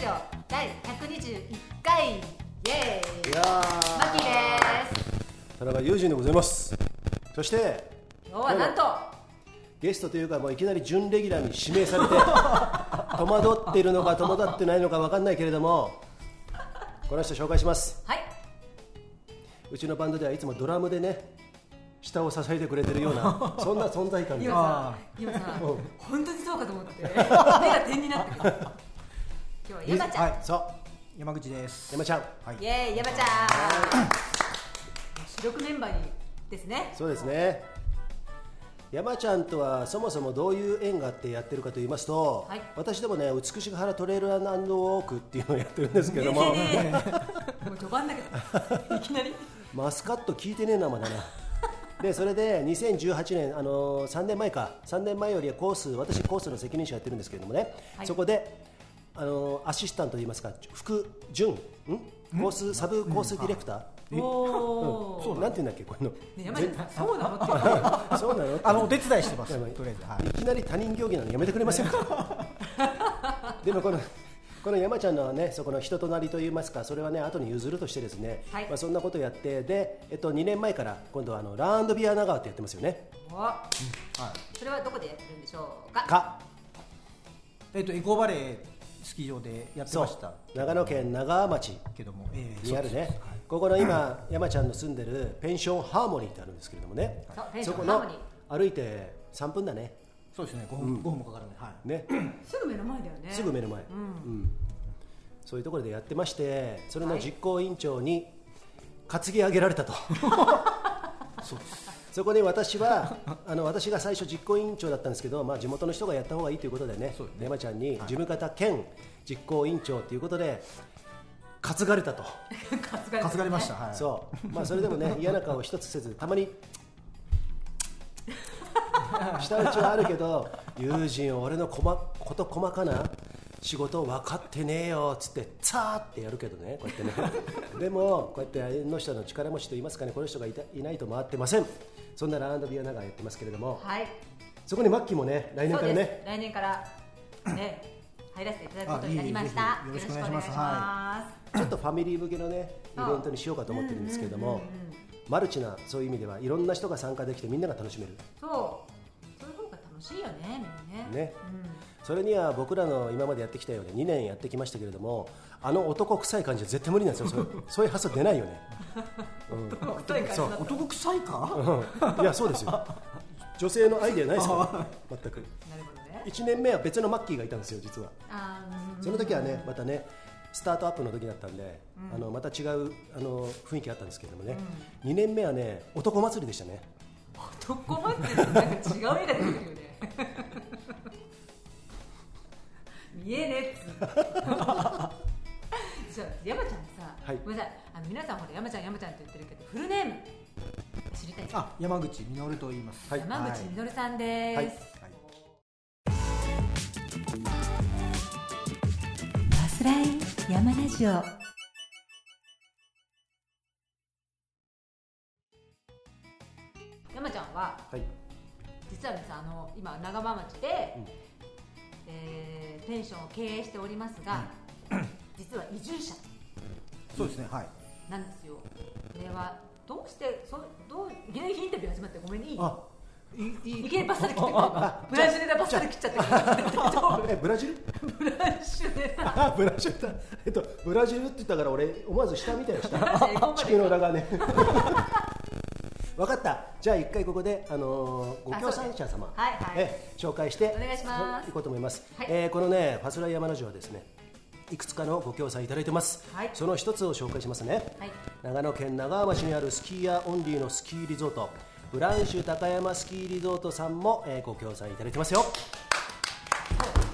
ジオ第121回イエーイいやーマッキーです田中裕二でございますそして今日はなんとゲストというかもういきなり準レギュラーに指名されて戸惑っているのか戸惑ってないのか分かんないけれどもこの人紹介しますはいうちのバンドではいつもドラムでね下を支えてくれてるようなそんな存在感今がさあん今さんうん本当にそうかと思って目が点になったけど今日は山ちゃん、はいそう山口です。山ちゃんはいイ。エーイ山ちゃん主力メンバーにですねそうですね山ちゃんとはそもそもどういう縁があってやってるかと言いますと、はい私でもね美しく原トレイルランウォークっていうのをやってるんですけどもいきなりもう序盤だけ どいきなりマスカット聞いてねえなまだ ねでそれで2018年、あのー3年前か3年前よりはコース私コースの責任者やってるんですけれどもね、はいそこで、あのーアシスタントといいますか副準んコースサブコースディレクター、おおそうなんて言うんだっけこういう ね、の山ちゃん、そうなのって言う全そうなのあのお手伝いしてます。やばいとりあえずはい。いきなり他人行儀なのやめてくれませんか でもこのこの山ちゃんのねそこの人となりといいますかそれはね後に譲るとしてですね、はいまあそんなことやってでえっと2年前から今度はあのラーンドビア長川ってやってますよねおはい。それはどこでやってるんでしょうかかえっとエコーバレースキー場でやってそましたう長野県長川町けども、えーにある。ねここの今山ちゃんの住んでるペンションハーモニーってあるんですけれどもねそうペンショそこンハーのモニー歩いて3分だねそうそうですね。五分五分もかからない。はい。ねすぐ目の前だよねすぐ目の前、うんそういうところでやってましてそれの実行委員長に担ぎ上げられ たとそうです。そこで私はあの私が最初実行委員長だったんですけど、まあ、地元の人がやった方がいいということでねそうですね山ちゃんに事務方兼実行委員長ということで担がれたと、 担が担がれましたた。はい。う。そうまあ、それでも ね嫌な顔一つせずたまに舌打ちはあるけど友人俺のこ、ま、こと細かな仕事分かってねえよっつってさーってやるけどねこうやってね でもこうやって縁の下の力持ちといいますかねこの人がいたいないと回ってませんそんなラウンドビア長がやってますけれどもはいそこにマッキーもね来年からそうでねす来年からね入らせていただくことになりましたあいえいえぜひよろしくお願いしますますちょっとファミリー向けのねイそうベントにしようかと思ってるんですけれどもマルチなそういう意味ではいろんな人が参加できてみんなが楽しめるそうそういう方が楽しいよねみんなねねそれには僕らの今までやってきたように2年やってきましたけれどもあの男臭い感じは絶対無理なんですよそう いうそういう発想出ないよね、うん太い感じだっ男臭いか？うん、いやそうですよ女性のアイデアないですから全くたなるほどね1年目は別のマッキーがいたんですよ実はあーうんその時はねまたねスタートアップの時だったんで、あのまた違うあの雰囲気あったんですけれどもね、2年目はね男祭りでしたね男祭りってなんか違う絵が出てくるよね見えね えっつうじゃあ山ちゃんさ、はいごめんなさいあの皆さんほら山ちゃん山ちゃんって言ってるけどフルネーム知りたいですあ、山口みのると言います。はい山口みのるさんです、はいはい。バスライ山ラジオ山ちゃんははい実はねさあの今長浜町で、うんえーペンションを経営しております が、実は移住者そうですね。はい。なんですよこれはどうしてそどういきなりインタビュー始まってごめんねいいあいいいきなりバッサリ切って くれたブラジルでバッサリ切っちゃって大丈えブラジル夫ブラジルでな あブラジルだ えっとブラジルって言ったから俺思わず下みたいなした英語まで地球の裏 側ねわかったじゃあ一回ここで、あのーご協賛者様、あそうですはいはいええ紹介してお願いしますいこうと思います、はいえーこのねファスライヤマラジオはですねいくつかのご協賛いただいてます、はいその一つを紹介しますね、はい長野県長浜市にあるスキーヤーオンリーのスキーリゾートブランシュ高山スキーリゾートさんも、えーご協賛いただいてますよ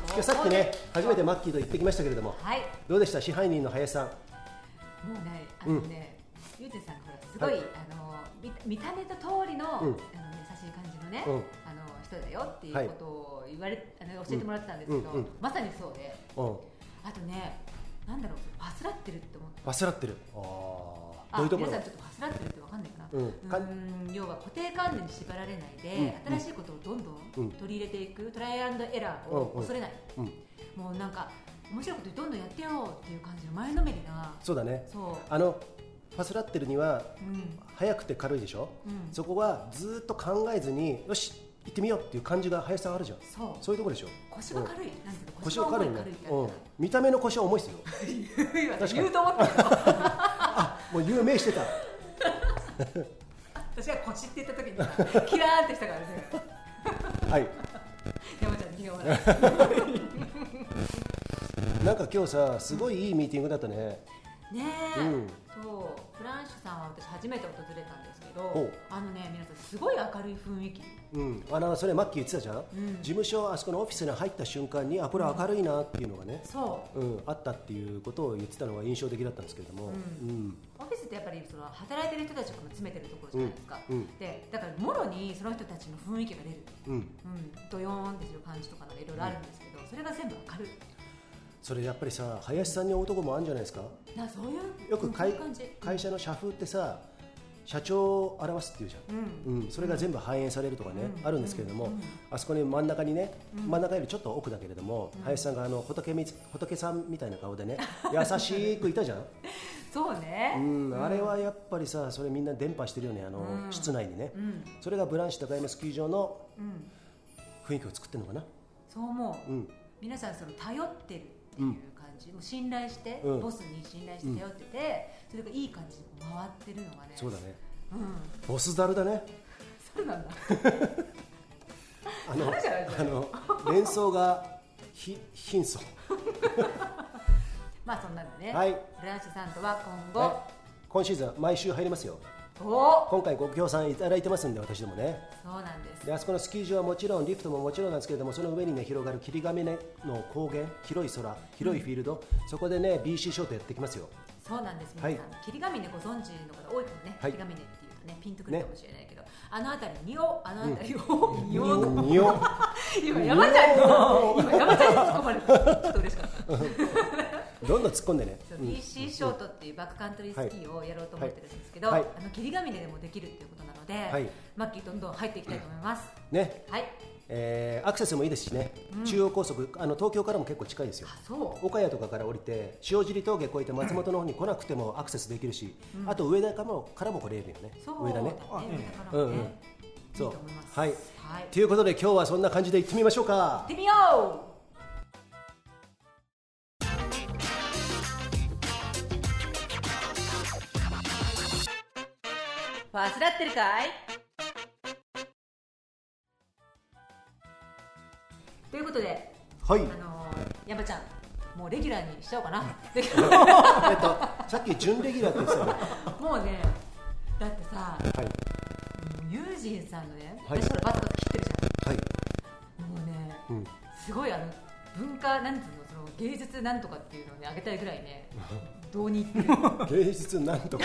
今日さっきね初めてマッキーと行ってきましたけれども、はいどうでした支配人の林さんもうねあのね、ゆうてさんほらすごい、はあの見見た目と通りの、うんあの優しい感じのね、うんあの人だよっていはいうことを言われ、あの教えてもらってたんですけど、うんうんうんまさにそうでうんあとねなんだろうファスラってるって思った忘らってるあーあどういうとこ皆ろさんちょっとファスラってるってわかんないかな、うんーんか要は固定観念に縛られないで、うん新しいことをどんどうんん取り入れていく、トライアンドエラーうんをうん恐れない、うんもうなんか面白いことどんどんやってやろうっていう感じの前のめりなそうだねそあのファスラッテルにはう、うん早くて軽いでしょ、うん、そこはずーっと考えずによし行ってみようっていう感じが林さんあるじゃんそうそういうところでしょ腰が軽い、なんていうか腰は軽いね重ってうん、見た目の腰は重いで すよ言う確かに 言うと思ったけどもう有名してた私が腰って言った時にさキラーンってしたからねはい山ちゃん苦笑 なんか今日さすごいいいミーティングだったねいねえ、うんそうフランシュさんは私初めて訪れたんですけほどうあのね皆さんすごい明るい雰囲気うんあのそれマッキー言ってたじゃん、ん事務所あそこのオフィスに入った瞬間にあこれ明るいなっていうのがね、そうん、あったっていうことを言ってたのが印象的だったんですけれども、ううんうオフィスってやっぱりその働いてる人たちとかも詰めてるところじゃないですか、うんうんでだからもろにその人たちの雰囲気が出る、うん、うん、ドヨーンってする感じとかなんかいろいろあるんですけど、それが全部明るいそれやっぱりさ林さんに会うとこもあるんじゃないですかなそういうよく会,、うんそういう感じ会社の社風ってさ社長を表すっていうじゃんうんうん、それが全部反映されるとかね、うんあるんですけれども、うんあそこに真ん中にね、うん真ん中よりちょっと奥だけれども、うん林さんがあの仏み仏さんみたいな顔でね、優しくいたじゃん、 そうね、うん、あれはやっぱりさ、それみんな伝播してるよね、あのうん室内にね、うんそれがブランシュ高山スキー場のうん雰囲気を作ってるのかな、そう思う、うん、皆さんその頼ってるっていう感じ、もう信頼して、うんボスに信頼して頼ってて、それがいい感じに回ってるのがねそうだね、うんボスザルだね、そうなんだ あの猿じゃないあ猿の連想がひ貧相、まあそんなのね、はい、フランシュさんとは今後、はい今シーズン、毎週入りますよ、お今回ご協賛いただいてますんで、私どもね。そうなんですであそこのスキー場はもちろんリフトももちろんなんですけれどもその上に、ね、広がる霧ヶ峰の高原広い空広いフィールド、そこでね BC ショートやってきますよそうなんですはい皆さん、霧ヶ峰ご存知の方多いかもね、はい霧ヶ峰っていうとねピンとくるかもしれないけど、あの辺りにおあの辺りを、におとにお 今山ちゃんに今山ちゃんに突っ込まれたちょっと嬉しかったどんどん突っ込ん でねそううん BC ショートっていうバックカントリースキーをやろうと思ってるんですけど、はいはいあの霧ヶ峰でもできるっていうことなので、はいマッキーどんどん入っていきたいと思います、ねはいえーアクセスもいいですしね、中央高速あの東京からも結構近いですよあそう岡谷とかから降りて塩尻峠越えて松本の方に来なくてもアクセスできるし、あと上田からもからも来れるよねそう上だ田ねねあええだからもね、うんうんいいと思いますそうはいはい、行ということで今日はそんな感じで行ってみましょうかってみよう忘れってるかいということで はいあのー、山ちゃん、もうレギュラーにしちゃおうかな。レギュラえっとさっき準レギュラーって言ってたよねーもうね、だってさ、はもうユージンさんのね、はい私からバツバツ切ってるいはいじゃん。もうね、うんすごいあの文化なんつうの、その芸術なんとかっていうのをね、あげたいぐらいね、どうにいってる。芸術なんとか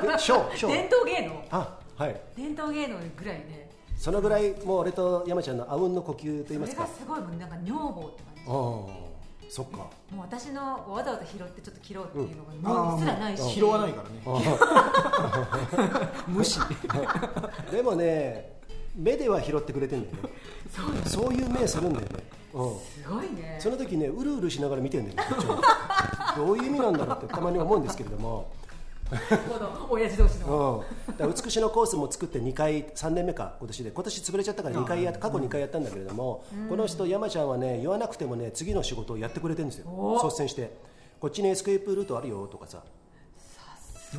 でショーショ伝ー統芸能、あはい伝統芸能ぐらいね、そのぐらいもう俺と山ちゃんのあうんの呼吸とそ言れがいますかすごいもうなんか女房って感じ。ああもそっかう私のわざわざ拾ってちょっと切ろうっていうのがもあううすらないし、拾わないからね無視でもね目では拾ってくれてんだよねそうだそういう目するんだよね、うすごいねん、その時ねうるうるしながら見てるんだよねこっちをどういう意味なんだろうってたまに思うんですけれども、この親父同士のうん、だから美しのコースも作って2回3年目か今年で今年潰れちゃったから2回やっ過去2回やったんだけれども、この人山ちゃんはね言わなくてもね次の仕事をやってくれてるんですよお率先してこっちにエスケープルートあるよとかさ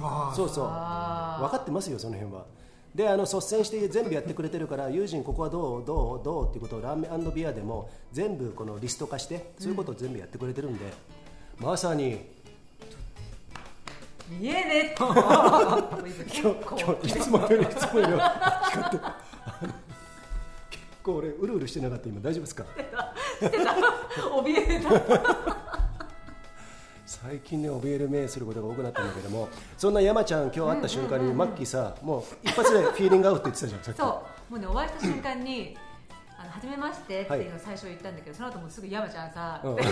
あそうそう分あーかってますよその辺はであの率先して全部やってくれてるから友人ここはどうどうどうっていうことをラーメンビアでも全部このリスト化してそういうことを全部やってくれてるんで、まさに見えねえって結今構日 今日いつもよりいつもより光ってるあの結構俺うるうるしてなかった今大丈夫ですか怯えた最近ね怯える目することが多くなったんだけどもそんな山ちゃん今日会った瞬間にマッキーさもう一発でフィーリングアウトって言ってたじゃんさっきそうもうねお会いした瞬間に「あの初めまして」っていうのを最初言ったんだけど、その後もうすぐ山ちゃんさ、うん ち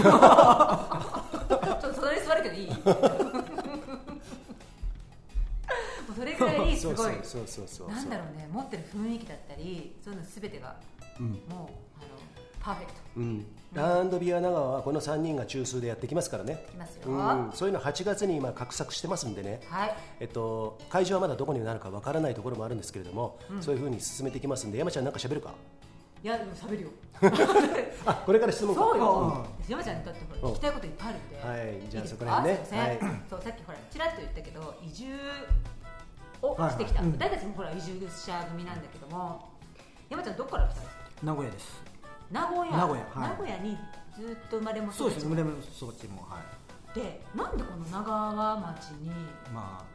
ょっと隣に座る けどいいもうそれぐらいすそうごいそうそうそうそうなんだろうね持ってる雰囲気だったりそういうの全てが、もうあのパーフェクトうん、ランドビア長はこの3人が中枢でやってきますからねいきますようん、そういうの8月に今画策してますんでね、はいえっと、会場はまだどこになるかわからないところもあるんですけれども、そういうふうに進めていきますんで山ちゃんなんか喋るかいやでも喋るよあこれから質問かそうよう、山ちゃんにとってほらうん聞きたいこといっぱいあるんで、はいじゃあですそこから辺ねすいませんはいそうさっきほらちらっと言ったけど移住をしてきた、はいはいうん私たちもほら移住者組なんだけども山ちゃんどこから来たんですか名古屋です名古屋名古屋はい名古屋にずっと生まれもそうですね育胸もそっちもはいちもでなんでこの長川町にま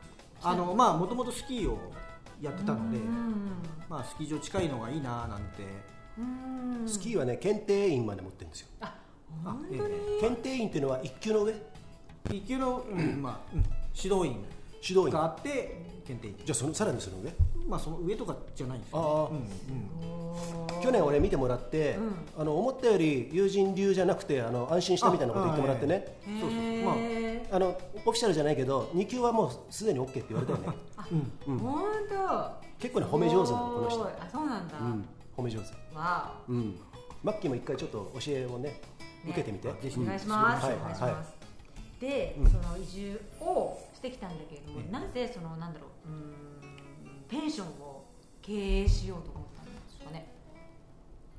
ああのまあもともとスキーをやってたので、うんまあスキー場近いのがいいななんてうんうんスキーはね検定員まで持ってるんですよああ本当に、え検定員っていうのは1級の上一級の、うんまあうん指導員指導員じがあゃって検定員あそのさらにその上まあその上とかじゃないんですよ、ああうんうんおー去年俺見てもらって、うんあの思ったより友人流じゃなくてあの安心したみたいなこと言ってもらってねへーそうそうまああのオフィシャルじゃないけど2級はもうすでに OK って言われたよねうん本当結構ね褒め上手なのこの人すごいあそうなんだ、うん褒め上手わうんマッキーも一回ちょっと教えをねお、ね受けてみて、ぜおひ願いします、はいお願いしはまいす、で、うんその移住をしてきたんだけれども、ねなぜそのなんだろううーんペンションを経営しようと思ったんですかね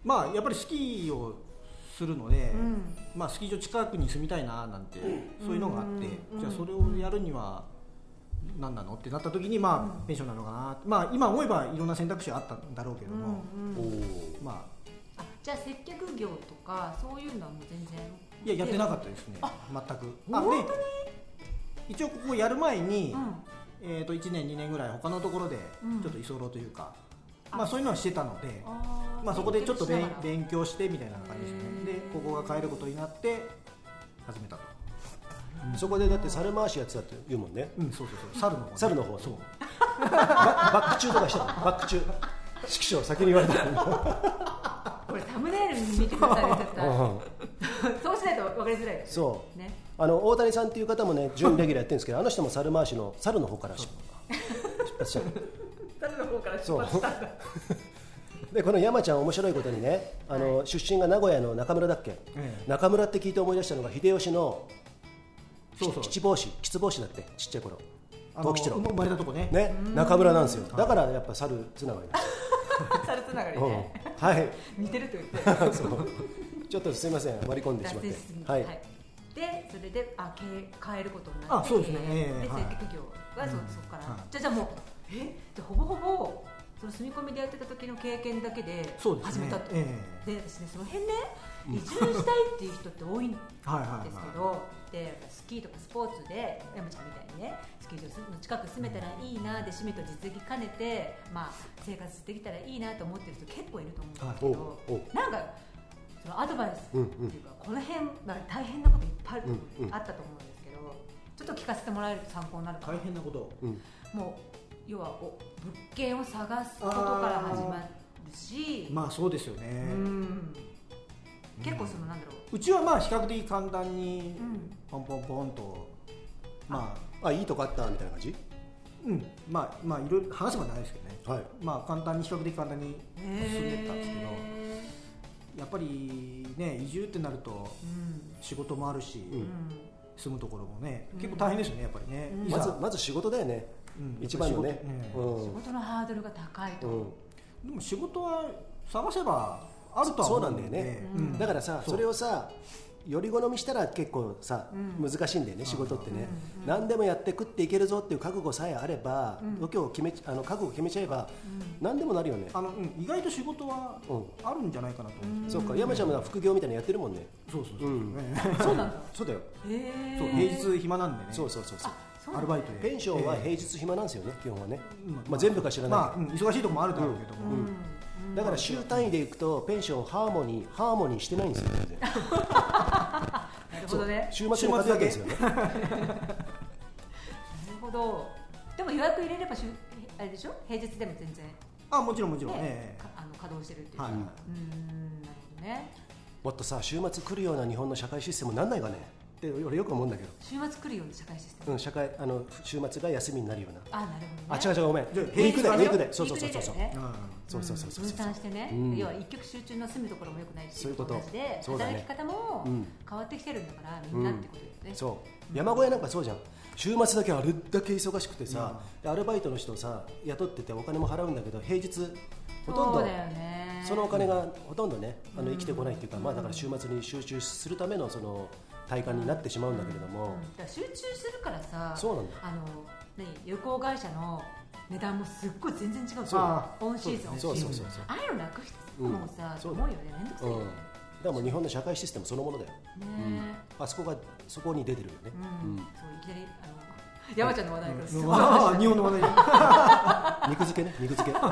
まあやっぱりスキーをするので、うんまあスキー場近くに住みたいななんて、そういうのがあって、うんじゃあそれをやるには何なのってなった時にまあ、ペンションなのかなまあ今思えばいろんな選択肢はあったんだろうけども、うんおうんおまあじゃあ接客業とかそういうのはもう全然あいややってなかったですね全くあで本一応ここやる前に、うんえー、と1年2年ぐらい他のところでうんちょっと居候というか、あまあそういうのはしてたのであーまあ、そこでちょっと接客し勉ながら勉強してみたいな感じですねへでーここが変えることになって始めたとそこでだって猿回しやってたって言うもんねうんそうそうそう猿の方ね猿の方そうババック中とかしたのバック中指揮所先に言われたのこれサムネイルに見てくださいね絶対うんそうしないと分かりづらいですそうねあの大谷さんっていう方もね準レギュラーやってるんですけどあの人も猿回しの猿の方から出発したの誰の方から出そう発したでこの山ちゃん面白いことにねあの、出身が名古屋の中村だっけ、ええ中村って聞いて思い出したのが秀吉のそうそう吉坊市吉坊市だってちっちゃい頃あの東吉郎生まれたとこねね中村なんですよだからやっぱ猿つながりなんです猿つながりよ、ねうんはい似てると言って そうちょっとすいません割り込んでしまって脱線しすぎてはい、はいでそれであ経営変えることになってあそうですね経営ええではい接客業はそ,、うんそこから、はいじゃあじゃあもうえじゃあほぼほぼその住み込みでやってた時の経験だけでそうで始すねめたと、ええで私ねその辺ね移住したいっていう人って多いんですはいはいけはどでスキーとかスポーツで山ちゃんみたいにねスキー場の近く住めたらいいなで趣味と実績兼ねて、まあ、生活できたらいいなと思ってる人結構いると思うんだけど、はないんかそのアドバイスうんうっんていうかこの辺、まあ、大変なこといっぱいあるうんうんあったと思うんですけどちょっと聞かせてもらえると参考になるいか大な変なことうんもう要はお物件を探すことから始まるし、まあそうですようねん結構そのなんだろうちはまあ比較的簡単にう、うんポンポンポンとまああいいとこあったみたいな感じうんまあまあいろいろ話せばないですけどねはいまあ簡単に比較的簡単に進んでったんですけど、へやっぱりね移住ってなるとーうん仕事もあるし、うんう住むところもねうん結構大変ですよねやっぱりね、うんいざまずまず仕事だよねうん一番のねやっぱり仕う事うんん仕ん事のハードルが高いと、うんでも仕事は探せばあるとはそう思なうんんだでよね、うんだからさそそうれをさより好みしたら結構さ、うん難しいんだよね仕事ってね、うんうん何でもやって食っていけるぞっていう覚悟さえあれば、うん度胸を決めちあの覚悟を決めちゃえば、うん何でもなるよね、あの、うん、意外と仕事はうんあるんじゃないかなと思うんでそっか山ちゃんも副業みたいなのやってるもんねすよ、そうそうそう、うんねそうなんだそうだよ、へえそう平日暇なんでねそうそうそうそうあそうなアんルだバイトでペンションは平え日暇なんですよね基本はね、えまあ全部か知らないまあ、うん忙しいとこもあるだろうけども、うんだから週単位でいくとペンションハーモニーハーモニーしてないんですよ全然なるほどね週末に数だけですよねなるほどでも予約入れればしゅあれでしょ平日でも全然あもちろんもちろん、ねえかあの稼働してるっていえう、はい、うーんなるほどねもっとさ週末来るような日本の社会システムなんないかねえって俺よく思うんだけど、週末来るように社会システうム、ん、社会あの週末が休みになるようなあなるあほど、違うね、違うごめんウじゃあィークデーウィークデーそそううそそうそうそううそそううそそうううん分そうそうそうそう散してね、うん要は一極集中の住むところも良くないしそういうこと同じでそうだ働ねき方もうん変わってきてるんだからみんなってことですね、そう山小屋なんかそうじゃん週末だけあれだけ忙しくてさ、でアルバイトの人をさ雇っててお金も払うんだけど平日ほとんそうどだよねそのお金がほとんどねあの生きてこないっていうか、まあだから週末に集中するためのその体感になってしまうんだけれども、だから集中するからさそうなんだよあの何旅行会社の値段もすっごい全然違うそうからオンシーズンオフシそうーズンそうそうそうああいうのなくしてもうさ、うんすそごいようだね面倒くさいようん、だね,、からもう日本の社会システムそのものだよねあそこがそこに出てるよね え、うんうんそういきなりあの山ちゃんの話題からすごいああ日本の話題だ肉付けね肉付け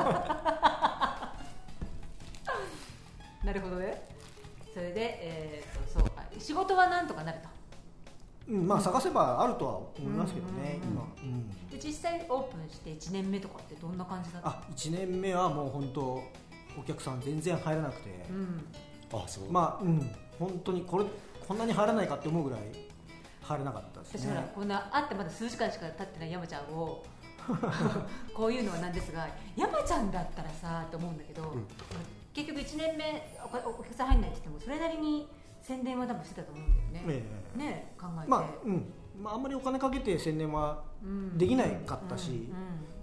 なるほどねそれで、えー、とそうあ仕事はなんとかなるとうんまあ探せばあるとは思いますけどね、うん今、うんで実際オープンして1年目とかってどんな感じだったあ1年目はもう本当お客さん全然入らなくて、うんあそう、まあうん本当にこれこんなに入らないかって思うぐらい入れなかったで私すほらねこんな会ってまだ数時間しか経ってない山ちゃんを こういうのはなんですが山ちゃんだったらさと思うんだけど、ん結局1年目おお客さん入んないって言ってもそれなりに宣伝は多分してたと思うんだよね、ええねえ考えて、まあうんまああんまりお金かけて宣伝はうんできなかったし、うん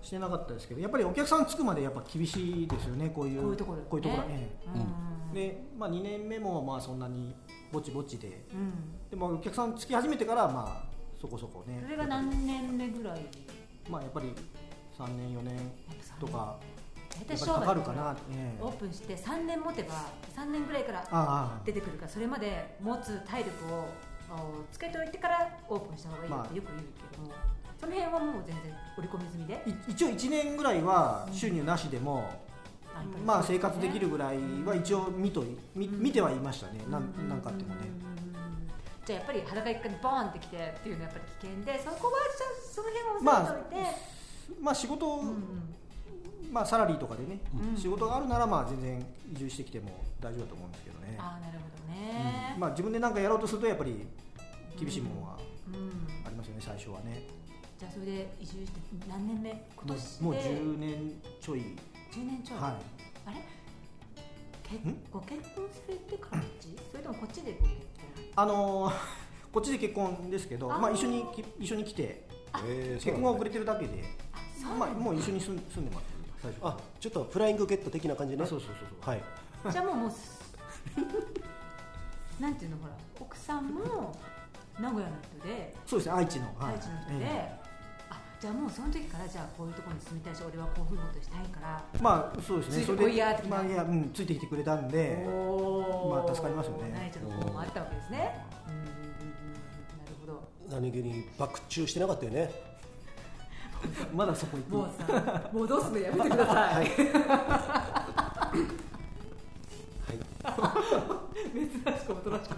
してなかったですけどやっぱりお客さんつくまでやっぱ厳しいですよねこういうこういうところこういうところねえうんえで、まあ、2年目もまあそんなにぼちぼちでうんうんでもお客さんつき始めてからまあそこそこねそれが何年目ぐらいやっまあやっぱり3年4年ぱさとか大や体っぱ商り売かかるかな、ええオープンして3年持てば3年ぐらいからああ出てくるからそれまで持つ体力をおつけておいてからオープンした方がいいよってよく言うけども、その辺はもう全然織り込み済みで、い一応1年ぐらいは収入なしでも、まあ生活できるぐらいは一応見とい見うん見てはいましたね、なんうなんかあってもね、うんじゃあやっぱり裸一貫でボーンってきてっていうのはやっぱり危険でそこはじゃあその辺を押さえておいて、まあ仕事、うんまあサラリーとかでね、うん仕事があるならまあ全然移住してきても大丈夫だと思うんですけどね、ああなるほどうんね、まあ自分で何かやろうとするとやっぱり厳しいものはうんありますよね最初はねじゃあそれで移住して何年目今も年うもうで10年ちょい、 10年ちょい、はあれけんご結婚されてからこっちそれともこっちでご結婚い、あのー こっちで結婚ですけどあーまあ、一緒にき一緒に来てえーそう結な婚んがだ遅れてるだけで、そうまなあ、んだもう一緒に住ん住んでます最初あちょっとフライングゲット的な感じねあそうそうそうそうはいじゃあもうもうす なんていうのほら奥さんも名古屋の人でそうですね愛知の、はい愛知の人で、えあじゃあもうその時からじゃあこういうところに住みたいし俺はこういうことしたいから、えまあそうですついねてそこれいや的でなまあいやうんついてきてくれたんでおーまあ助かりますよね内緒の方もあったわけですねうんうんうんうんなるほど何気に爆注してなかったよねまだそこ行くもうさ、戻すのやめてください。珍しくおとなしく。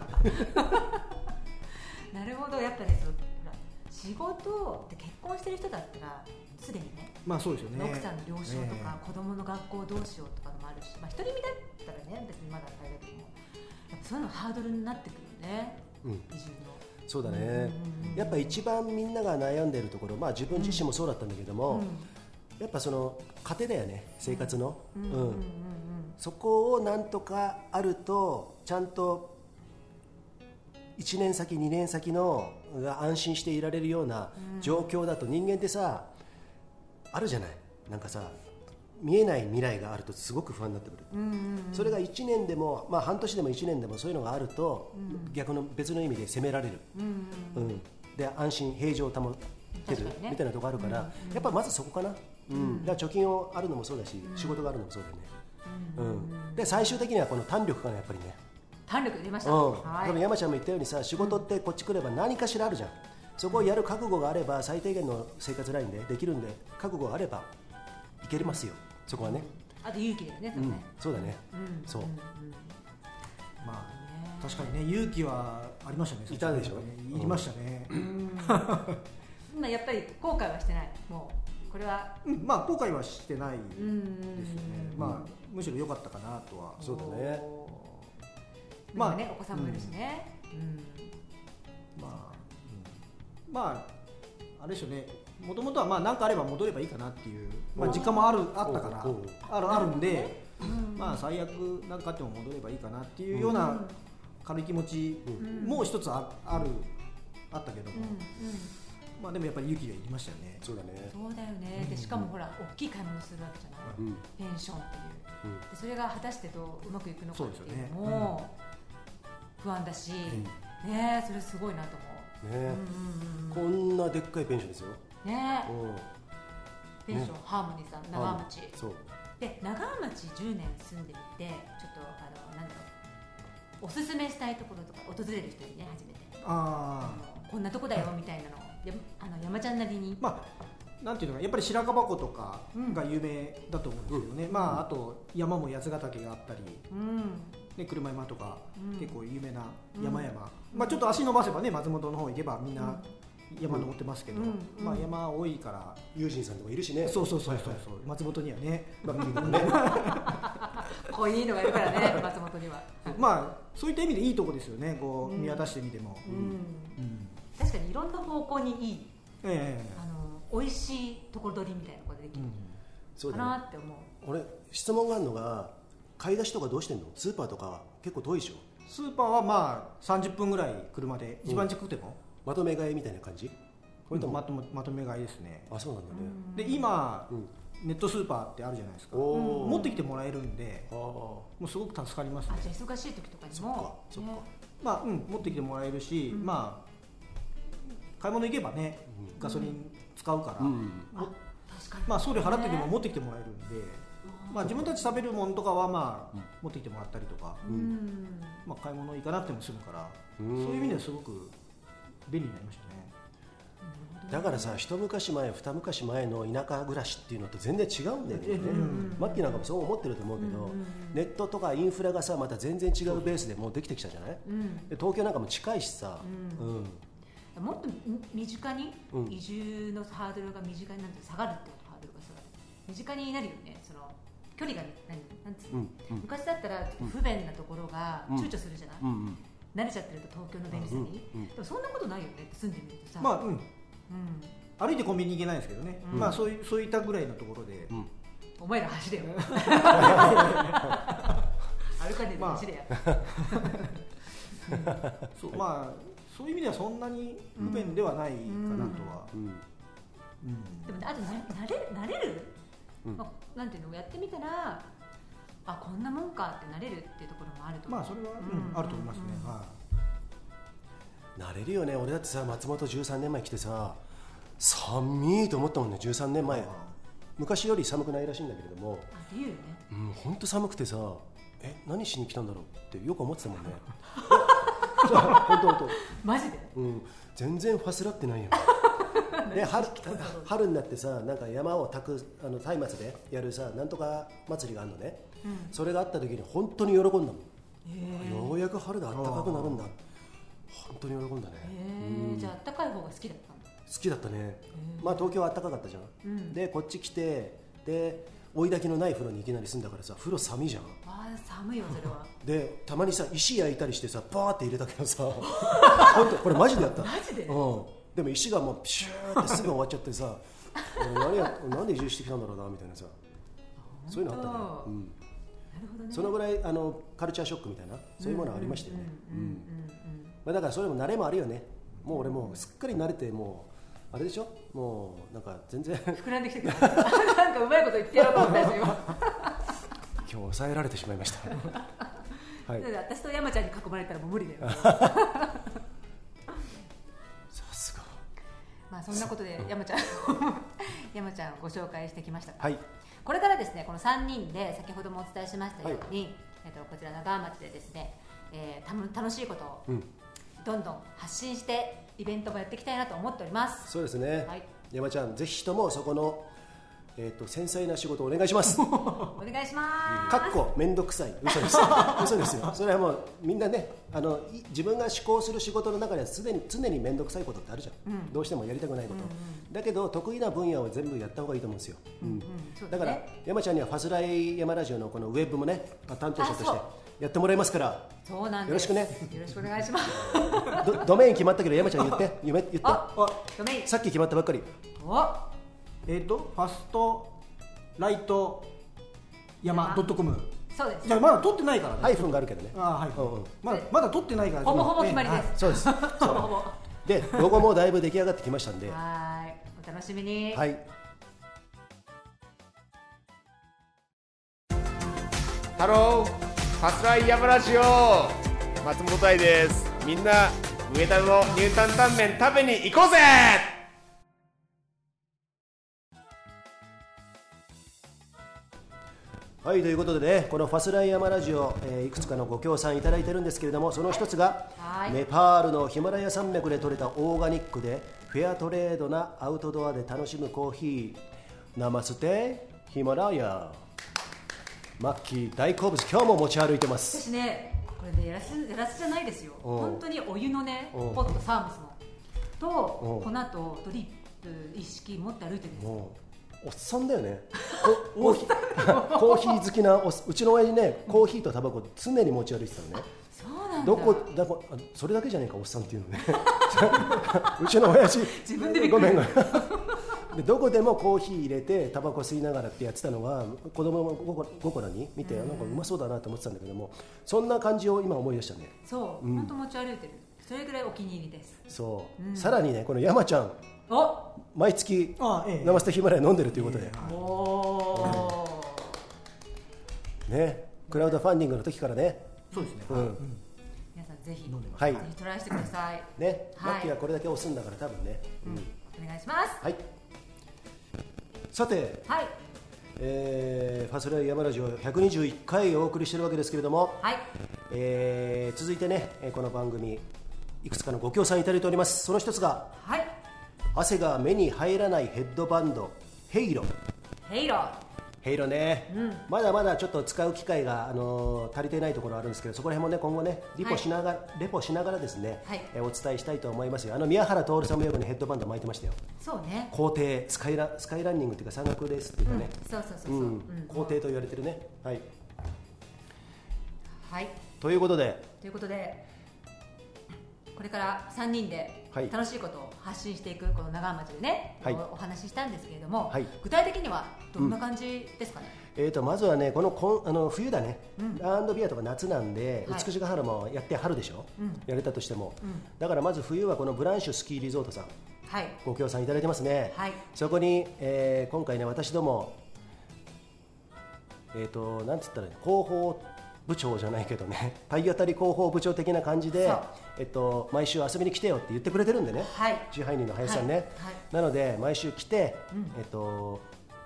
なるほど、やっぱね、そのほら仕事って結婚してる人だったら、すでにね、まあそうですよね奥さんの了承とか、え子供の学校どうしようとかのもあるし、まあ、独り身だったらね、別にまだあれだけども、やっぱそういうのハードルになってくるよね、うん移住の。そうだねうんうんやっぱ一番みんなが悩んでるところまあ自分自身もそうだったんだけども、うんやっぱその糧だよね生活の、ううんんうんうんうんそこをなんとかあるとちゃんと1年先2年先のが安心していられるような状況だと人間ってさあるじゃないなんかさ見えない未来があるとすごく不安になってくる、うんうんうんそれが1年でも、まあ、半年でも1年でもそういうのがあると、うん逆の別の意味で責められる、うんうんうんうん、で安心平常を保ってる確かにねみたいなとこあるから、やっぱまずそこかな、うんだから貯金をあるのもそうだし、仕事があるのもそうだよね、うんで最終的にはこの胆力かなやっぱりね、胆力出ましうた。んはい多分山ちゃんも言ったようにさ仕事ってこっち来れば何かしらあるじゃんそこをやる覚悟があれば最低限の生活ラインでできるんで覚悟があればいけますよそこはね、あと勇気だよね、うそんれね。そうだね、うんそう、えまあ確かにね勇気はありましたねいたでしょそっちの方がねいりましたね、今やっぱり後悔はしてない。もうこれは。うんまあ後悔はしてないですうよね、ん。まあむしろ良かったかなとはそうだねままああね、お子さんもいるしね。うん。まあ、うんまああれでしょうねもともとはまあ何かあれば戻ればいいかなっていう、まあ、実家もあるあったからうんあるあるんで、うんまあ、最悪何かあっても戻ればいいかなっていうよううなん軽い気持ちうんもう一つああるあったけどうも、んうんまあ、でもやっぱり勇気がいりましたよね。そうだねそうだよねでしかもほら大きい買い物するわけじゃないうんうんペンションっていうでそれが果たしてどううまくいくのかっていうのそうですよねも不安だし、ねえそれすごいなと思ねう。えうんうんうんこんなでっかいペンションですよねえうんペンション、ハーモニーさん長町そうで長町10年住んでみてちょっとあのなんだろうおすすめしたいところとか訪れる人にね初めてあーこんなとこだよみたいなのやあの山ちゃんなりに、まあ、なんていうのかやっぱり白樺湖とかが有名だと思うんですけどね、まあ、あと山も八ヶ岳があったり、うん、ね、車山とか、うん結構有名な山々、うんまあ、ちょっと足伸ばせばね松本の方行けばみんな山登ってますけど、うんうんまあ、山多いから、友人さんとかいるしねそうそうそうそうそう松本にはね、 バッキングもねこういいのがいるからね松本には、まあ、そういった意味でいいとこですよねこううん見渡してみても、ううんん、確かにいろんな方向にいいええあの美味しいところ取りみたいなことができうるんそうかだねなって思う。俺質問があるのが買い出しとかどうしてんのスーパーとか結構遠いでしょスーパーはまあ30分ぐらい車で一番近くても、まとめ買いみたいな感じそれともまともまとめ買いですねあそうなんだねで今うんネットスーパーってあるじゃないですかおお持ってきてもらえるんでああもうすごく助かりますあねじゃあ忙しい時とかにもそっかねそっかまあうん持ってきてもらえるし、うんまあ買い物行けばねうガソリン使うから、うんあ確かにまあ送料払っててもね持ってきてもらえるんで、まあ自分たち食べるものとかはまあ持ってきてもらったりとか、うん、まあ買い物行かなくても済むから、うんそういう意味ではすごく便利になりましたね。だからさ一昔前二昔前の田舎暮らしっていうのと全然違うんだよね、うんマッキーなんかもそう思ってると思うけど、ネットとかインフラがさまた全然違うベースでもうできてきたじゃない、うんで東京なんかも近いしさ、ううんもっと身近に、うん移住のハードルが身近になると下がるってことハードルが下がる身近になるよねその距離が何なんつううの、んうん昔だったらちょっと不便なところがうん躊躇するじゃない、うんうん慣れちゃってると東京の便利さに、うんうんでもそんなことないよね住んでみるとさ、まあうんうん、歩いてコンビニ行けないですけどね、うんまあそういうそういったぐらいのところで、うんお前ら走れよ歩かねえで走れや、そうまあそういう意味ではそんなに不便ではないかなとは、うんうんでもねあとね慣れ慣れる、うんまあ、なんていうのやってみたらあこんなもんかって慣れるっていうところもあると思うまあそれは、うんうんあると思いますね、うんは慣れるよね俺だってさ松本13年前来てさ寒いと思ったもんね13年い前昔より寒くないらしいんだけれどもあっていうよねうん本当寒くてさえ何しに来たんだろうってよく思ってたもんね 本当本マジで当、うん、全然ファスらってないよ で春春になってさなんか山を炊くあの松明でやるさなんとか祭りがあるのね、それがあった時に本当に喜んだもん、ようやく春で暖かくなるんだ本当に喜んだね、へえじゃああったかい方が好きだったんだ好きだったね、まあ東京は暖かかったじゃん、うんでこっち来てで追い焚きのない風呂にいきなり住んだからさ風呂寒いじゃんあー寒いよそれはでたまにさ石焼いたりしてさバーって入れたけど さ本当これマジでやったマジでうん、でも石がもうピシューってすぐ終わっちゃってさ俺何やなんで移住してきたんだろうなみたいなさそういうのあったね本、当うん、なるほどねそのぐらいあのカルチャーショックみたいなそういうものはありましたよねうんまあだからそれも慣れもあるよねもう俺もうすっかり慣れてもうあれでしょもうなんか全然今膨らんできてくる なんかうまいこと言ってやろうと思ったんですよ日抑えられてしまいました はいだから私と山ちゃんに囲まれたらもう無理だよさすがまあそんなことで山ちゃん 山ちゃんをご紹介してきましたがはいこれからですねこの3人で先ほどもお伝えしましたように、えっと、こちら長浜町でですね、えーたの楽しいことをうんどんどん発信してイベントもやっていきたいなと思っておりますそうですね、はい山ちゃんぜひともそこのえっ、と繊細な仕事お願いします お願いしまかっこ面倒くさい嘘 です嘘ですよそれはもうみんなねあのい自分が思考する仕事の中ではすでに常に面倒くさいことってあるじゃん、どうしてもやりたくないこと、だけど得意な分野を全部やった方がいいと思うんですよ、うんす、うんそうだだからね山ちゃんにはファスライ山ラジオのこのウェブもねあ担当者としてあそうやってもらいますからそうなんよろでしすくねよろしくお願いしますどドメイン決まったけど山ちゃん言って夢言ってああごめんさっき決まったばっかりおえっ、とファストライト山ドットコムそうですじゃあまだ取ってないからね、ハイフンがあるけどねあはい、うんうんまだまだ取ってないからほぼほぼ決まりですねそうですほぼほぼはでロゴもだいぶ出来上がってきましたんではーいお楽しみにいハローファスライヤマラジオ松本大ですみんな上田のニュータンタンメン食べに行こうぜはいということでねこの「ファスライヤマラジオ、えーいくつかのご協賛いただいてるんですけれどもその一つがはいネパールのヒマラヤ山脈で採れたオーガニックでフェアトレードなアウトドアで楽しむコーヒーナマステヒマラヤマッキー大好物今日も持ち歩いてます私ねこれねやらせやらせじゃないですよおう本当にお湯のねおうポットサームスのとお粉うとドリップ一式持って歩いてるんですよもうおっさんだよ ねこコーヒーコーヒー好きなおっうちの親にねコーヒーとタバコ常に持ち歩いてたのねそうなんだどこだこあそれだけじゃねえかおっさんっていうのね うちの親父自分でびっくりごめんごめんでどこでもコーヒー入れてタバコ吸いながらってやってたのは子供の心心に見て、なんかうまそうだなと思ってたんだけどもそんな感じを今思い出したねそううん本当持ち歩いてるそれぐらいお気に入りですそう、うんさらにねこの山ちゃんおお毎月あええナマステヒマラヤ飲んでるということで、おねクラウドファンディングの時からねそうですね、うん皆さんぜひ飲んでますはいぜひトライしてくださいね、はいマッキーはこれだけ押すんだから多分ね、うんお願いしますはいさてはいえーファスライヤマラジオ121回お送りしてるわけですけれども、はいえー続いてねえーこの番組いくつかのご協賛いただいておりますその一つがはい汗が目に入らないヘッドバンドヘイロヘイローヘイロね、まだまだちょっと使う機会が、あのー足りてないところあるんですけどそこら辺もね今後ねリポしながら、レポしながらですね、はいえーお伝えしたいと思いますよあの宮原徹さんもよくねヘッドバンド巻いてましたよそうね校庭スカイランスカイランニングっていうか山岳レースっていうかね、そうそうそううそううんん校庭と言われてるねはいはいということでということでこれから3人ではい楽しいことを発信していくこの長町でね、はいおお話ししたんですけれども、はい具体的にはどんな感じですかね、えー、とまずはね、このこんあの冬だね、ランドビアとか夏なんで、はい美しが原もやって春でしょ、やれたとしても、んだからまず冬はこのブランシュスキーリゾートさん、はいご協賛いただいてますね、はいそこに、えー今回ね、私ども、えー、となんつったらいいの広報部長じゃないけどね、 体当たり広報部長的な感じでそう、えっと、毎週遊びに来てよって言ってくれてるんでね、はい支配人の林さんね、はいはいなので毎週来て、えっと、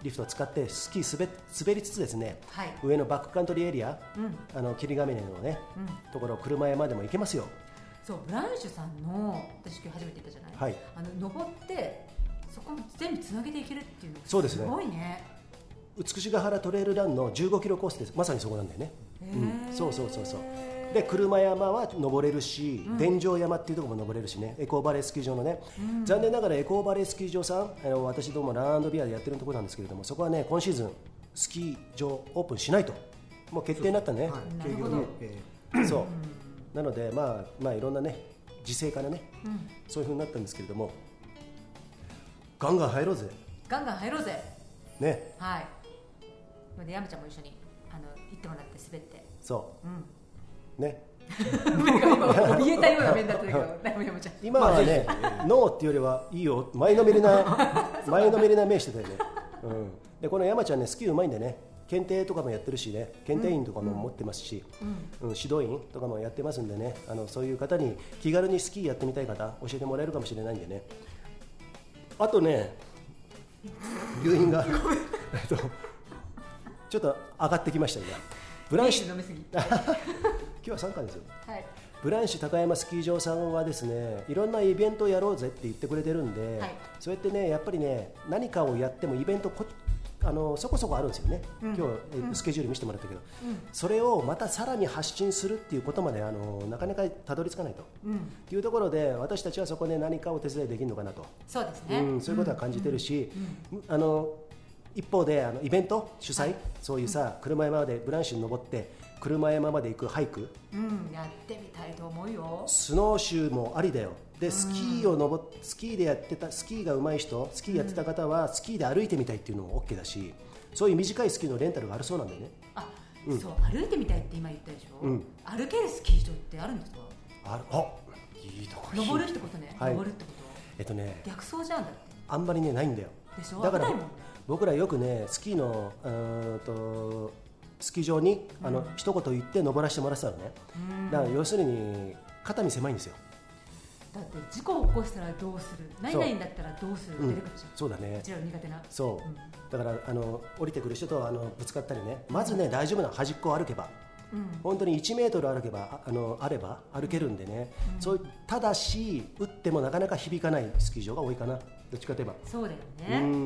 リフトを使ってスキー滑滑りつつですね、はい上のバックカントリーエリア、あの霧ヶ峰のね、ところ車山でも行けますよそうブランシュさんの私今日初めて行ったじゃない、はいあの登ってそこも全部つなげていけるっていうのがそうですねごいね美しが原トレイルランの15キロコースですまさにそこなんだよね、うん、そうそうそうそうで車山は登れるし、天井山っていうところも登れるしねエコーバレースキー場のね、残念ながらエコーバレースキー場さんあの私どもランドビアでやってるところなんですけれどもそこはね今シーズンスキー場オープンしないともう決定になったねはいなといるうほこどとで えそうなので、まあ、まあいろんなね時勢からね、そういうふうになったんですけれどもガンガン入ろうぜガンガン入ろうぜねはいそれで山ちゃんも一緒にあの行ってもらって滑ってそううんね目が今怯えたような目になってるけ ど山山ちゃん今はね、ノーっていうよりはいいよ前のめり な前のめりな目してたよね、うん、でこの山ちゃんねスキーうまいんでね検定とかもやってるしね検定員とかも持ってますし、うん指導員とかもやってますんでねあのそういう方に気軽にスキーやってみたい方教えてもらえるかもしれないんでねあとね 誘引がえっとちょっと上がってきました今ブランシュビール飲みすぎ今日は3回ですよはいブランシュ高山スキー場さんはですねいろんなイベントをやろうぜって言ってくれてるんで、はいそうやってねやっぱりね何かをやってもイベントこあのそこそこあるんですよね、今日えスケジュール見せてもらったけど、それをまたさらに発信するっていうことまであのなかなかたどり着かないと、いうところで私たちはそこで何かお手伝いできるのかなと、そうですね、うん、そういうことは感じてるし、あの一方であのイベント主催、そういうさ、車山でブランシュに登って車山まで行くハイクうん、やってみたいと思うよ。スノーシューもありだよでスキーを登っスキーでやってたスキーが上手い人スキーやってた方はスキーで歩いてみたいっていうのも OK だしそういう短いスキーのレンタルがあるそうなんだよねあ、そう歩いてみたいって今言ったでしょ。うん歩けるスキー場ってあるんですか。あるあいいとこ登るってことね。はい登るってこえっとねと。逆走じゃんだって。あんまりねないんだよでしょだから危ないもんね僕らよくねスキーのうーんとスキー場にあの、一言言って登らせてもらってたのねだから要するに肩身狭いんですよだって事故を起こしたらどうする。ないないんだったらどうする。うん出てくるじゃん。そうだねうちらの苦手な。そう、うんだからあの降りてくる人とあのぶつかったりねまずね大丈夫なの端っこを歩けばうん。本当に1メートル歩けばああのあれば歩けるんでね、そういただし打ってもなかなか響かないスキー場が多いかなどっちかといえば。そうだようね。うんうん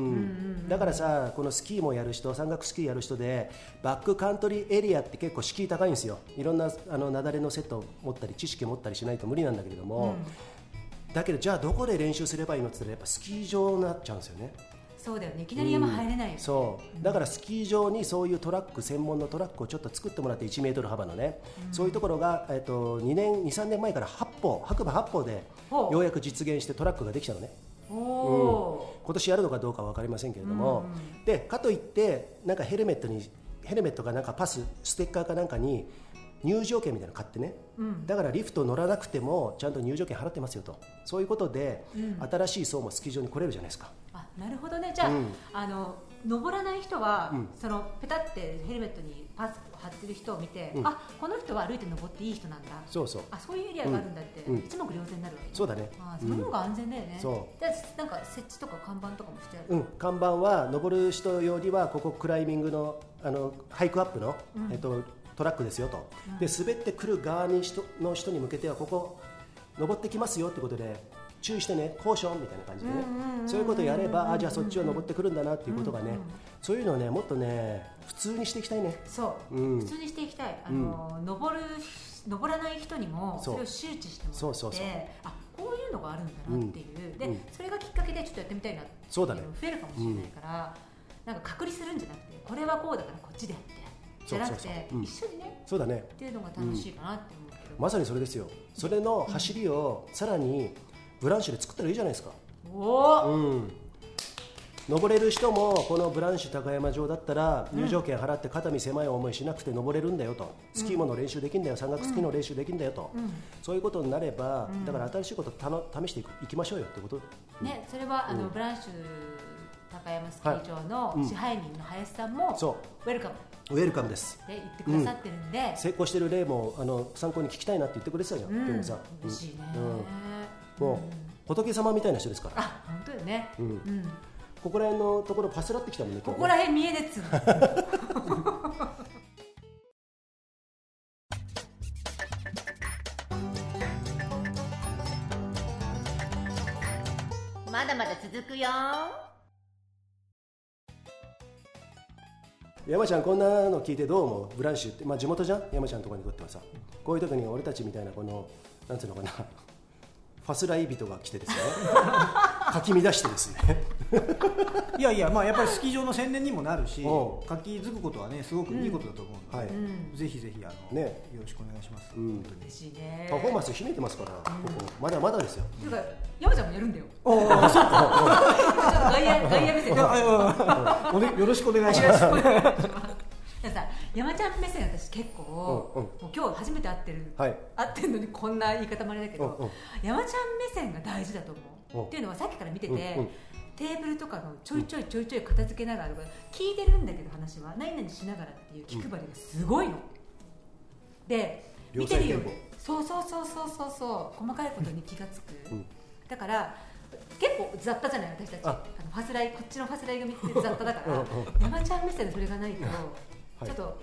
んだからさこのスキーもやる人山岳スキーやる人でバックカントリーエリアって結構敷居高いんですよいろんなあの雪崩のセットを持ったり知識を持ったりしないと無理なんだけれども、だけどじゃあどこで練習すればいいのって言ったらやっぱスキー場になっちゃうんですよね。そうだよね。いきなり山入れないよね。そうだからスキー場にそういうトラック専門のトラックをちょっと作ってもらって1メートル幅のね、そういうところが、えっと2年23年前から八方白馬八方でほうようやく実現してトラックができたのねおお今年やるのかどうかは分かりませんけれども、でかといってなんかヘルメットにヘルメットかなんかパスステッカーかなんかに入場券みたいなの買ってね、だからリフト乗らなくてもちゃんと入場券払ってますよとそういうことで、新しい層もスキー場に来れるじゃないですか。ー。あ、なるほどね。じゃあ、うんあの登らない人は、うんそのペタってヘルメットにパスを貼ってる人を見て、うんあ、この人は歩いて登っていい人なんだ。そうそうあそういうエリアがあるんだって、うん一目瞭然になるわけ、そうだねあーその方が安全だよね、そうだってなんか設置とか看板とかもしてある、うん、看板は登る人よりはここクライミングのあのハイクアップの、えっと、トラックですよと、で滑ってくる側に人の人に向けてはここ登ってきますよってことで注意してねコーションみたいな感じでねそういうことをやればあじゃあそっちを登ってくるんだなっていうことがね、そういうのをねもっとね普通にしていきたいねそう、うん普通にしていきたいあの、登る登らない人にもそそうれを周知してもらってそうそうそうあこういうのがあるんだなっていう、で、うんそれがきっかけでちょっとやってみたいなっていそうだね増えるかもしれないから、なんか隔離するんじゃなくてこれはこうだからこっちでやってじゃなくてそうそうそううん一緒にねそうだねっていうのが楽しいかなって思うけど、まさにそれですよそれの走りをさらにブランシュで作ったらいいじゃないですかおお、うん、登れる人もこのブランシュ高山城だったら入場券払って肩身狭い思いしなくて登れるんだよと、スキーもの練習できるんだよ山岳スキーの練習できるんだよと、そういうことになれば、だから新しいことたの試していくいきましょうよってこと、ね、それはあの、ブランシュ高山スキー場の支配人の林さんも、そウェルカムウェルカムですで言ってくださってるんで、成功してる例もあの参考に聞きたいなって言ってくれてたじゃん、うん今日さん、嬉しいね、うんもう仏様みたいな人ですからあ本当よね、うんうん、ここら辺のところパスらってきたもんねこ今こ日ねら辺見えでつ まだまだ続くよ山ちゃんこんなの聞いてどう思うブランシュって、まあ、地元じゃん山ちゃんとかにとってはさこういう時に俺たちみたいなこのなんていうのかな ファスライ人が来てですね かき乱してですねいやいやまあやっぱりスキー場の宣伝にもなるしおう活気づくことはねすごくいいことだと思うのはいで、ぜひぜひあの、ねよろしくお願いします、ん本当に嬉しいねパフォーマンス秘めてますからここまだまだですよていうか山ちゃんもやるんだよ おおあそうかちょっと外野外野目線あああおねよろしくお願いしますでさ山ちゃん目線私結構、うんうんもう今日初めて会ってる、はい会ってるのにこんな言い方もあれだけど、うんうん山ちゃん目線が大事だと思う、うんっていうのはさっきから見てて、うんうんテーブルとかのちょいちょいちょいちょい片付けながらとか聞いてるんだけど話は何々しながらっていう気配りがすごいの、で見てるよ両サイそうそうそうそうそうそう細かいことに気がつく、んだから結構雑多じゃない私たちああのファスライこっちのファスライ組って雑多だからうんうん山ちゃん目線でそれがないと、いちょっと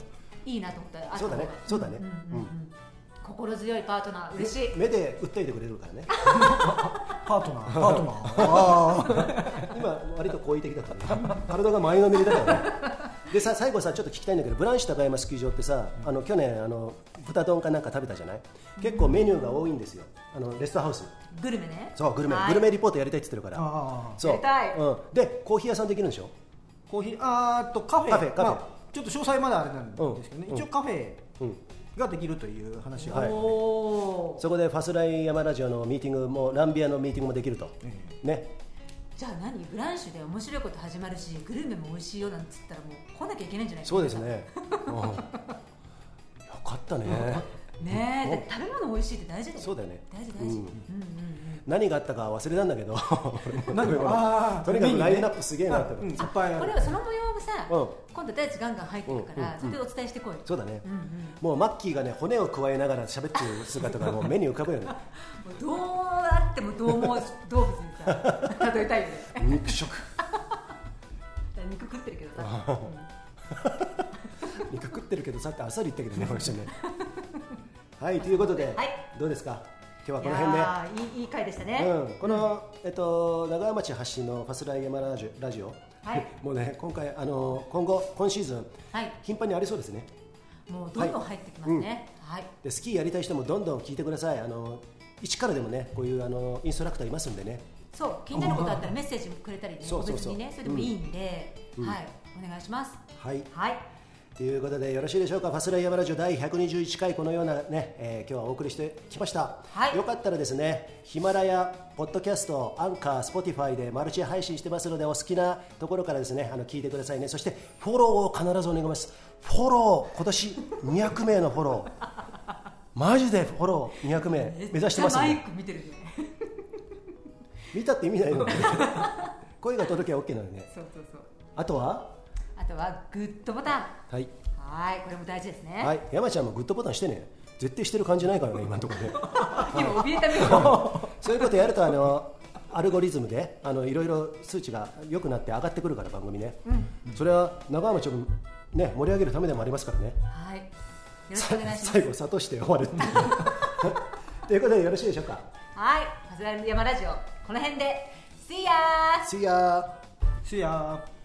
いいなと思ったらあそうだねそうだねんうんうんうん心強いパートナー嬉しい目で訴えてくれるからねパートナーパートナーあ ー今割と好意的だからね体が前のめりだからねでさ最後さちょっと聞きたいんだけどブランシュ高山スキー場ってさあの去年あの豚丼かなんか食べたじゃない結構メニューが多いんですよあのレストハウスグルメねそうグルメはいグルメリポートやりたいって言ってるからあーそうやりたいうん、でコーヒー屋さんできるんでしょコーヒーあーっとカフェカフェカフェまあちょっと詳細まだあれなんですけどね、うん一応カフェうんができるという話が、はいおーそこでファスライ山ラジオのミーティングもランビアのミーティングもできると、ねじゃあ何フランシュで面白いこと始まるしグルメも美味しいよなんつったらもう来なきゃいけないんじゃないそうですね、うん、よかったねねえうんだって食べ物美味しいって大事だよそうだよね大事大事、うんうんうん何があったか忘れたんだけど 何をあーとにかくメニューラねインナップすげえなってうんいっぱいうん、あこるれはその模様がさ、うん今度大地ガンガン入ってるから、それでお伝えしてこいよ、そうだね、うんうんもうマッキーがね骨を加えながら喋ってる姿がもう目に浮かぶよねもうどうあってもどうも動物にさ例えたいよね肉食肉食ってるけど さ、うん肉食ってるけどさってあっさり言ったけどねこの人ねはいということで、はいどうですか今日はこのい辺で、やーいいいい回でしたね、うん、この、えっと、長浜町発信のファスライヤマラジオラジオ、はい もうね今回あの今後今シーズンはい頻繁にありそうですねもうどんどん入ってきますねはい、でスキーやりたい人もどんどん聞いてくださいあの一からでもねこういうあのインストラクターいますんでねそう気になることあったらメッセージもくれたりねそ個うそう別そうにねそれでもいいんで、はいお願いしますはいはいということでよろしいでしょうかファスライヤマラジオ第121回このようなね、えー今日はお送りしてきました、はいよかったらですねヒマラヤポッドキャストアンカースポティファイでマルチ配信してますのでお好きなところからですねあの聞いてくださいねそしてフォローを必ずお願いしますフォロー今年200名のフォローマジでフォロー200名目指してますんめでっちゃマイク見てるよね 見たって意味ないので声が届けば OK なのでねそうそうそうあとはあとはグッドボタンはい、はいこれも大事ですね、はい、山ちゃんもグッドボタンしてね絶対してる感じないからね今のところね今怯えた目が そういうことやるとあのアルゴリズムであのいろいろ数値が良くなって上がってくるから番組ね、それは長浜ちょっとね盛り上げるためでもありますからねはいよろしくお願いします最後諭して終わるっていう ということでよろしいでしょうかはい「パズラ山ラジオ」この辺で See ya! See ya! すやー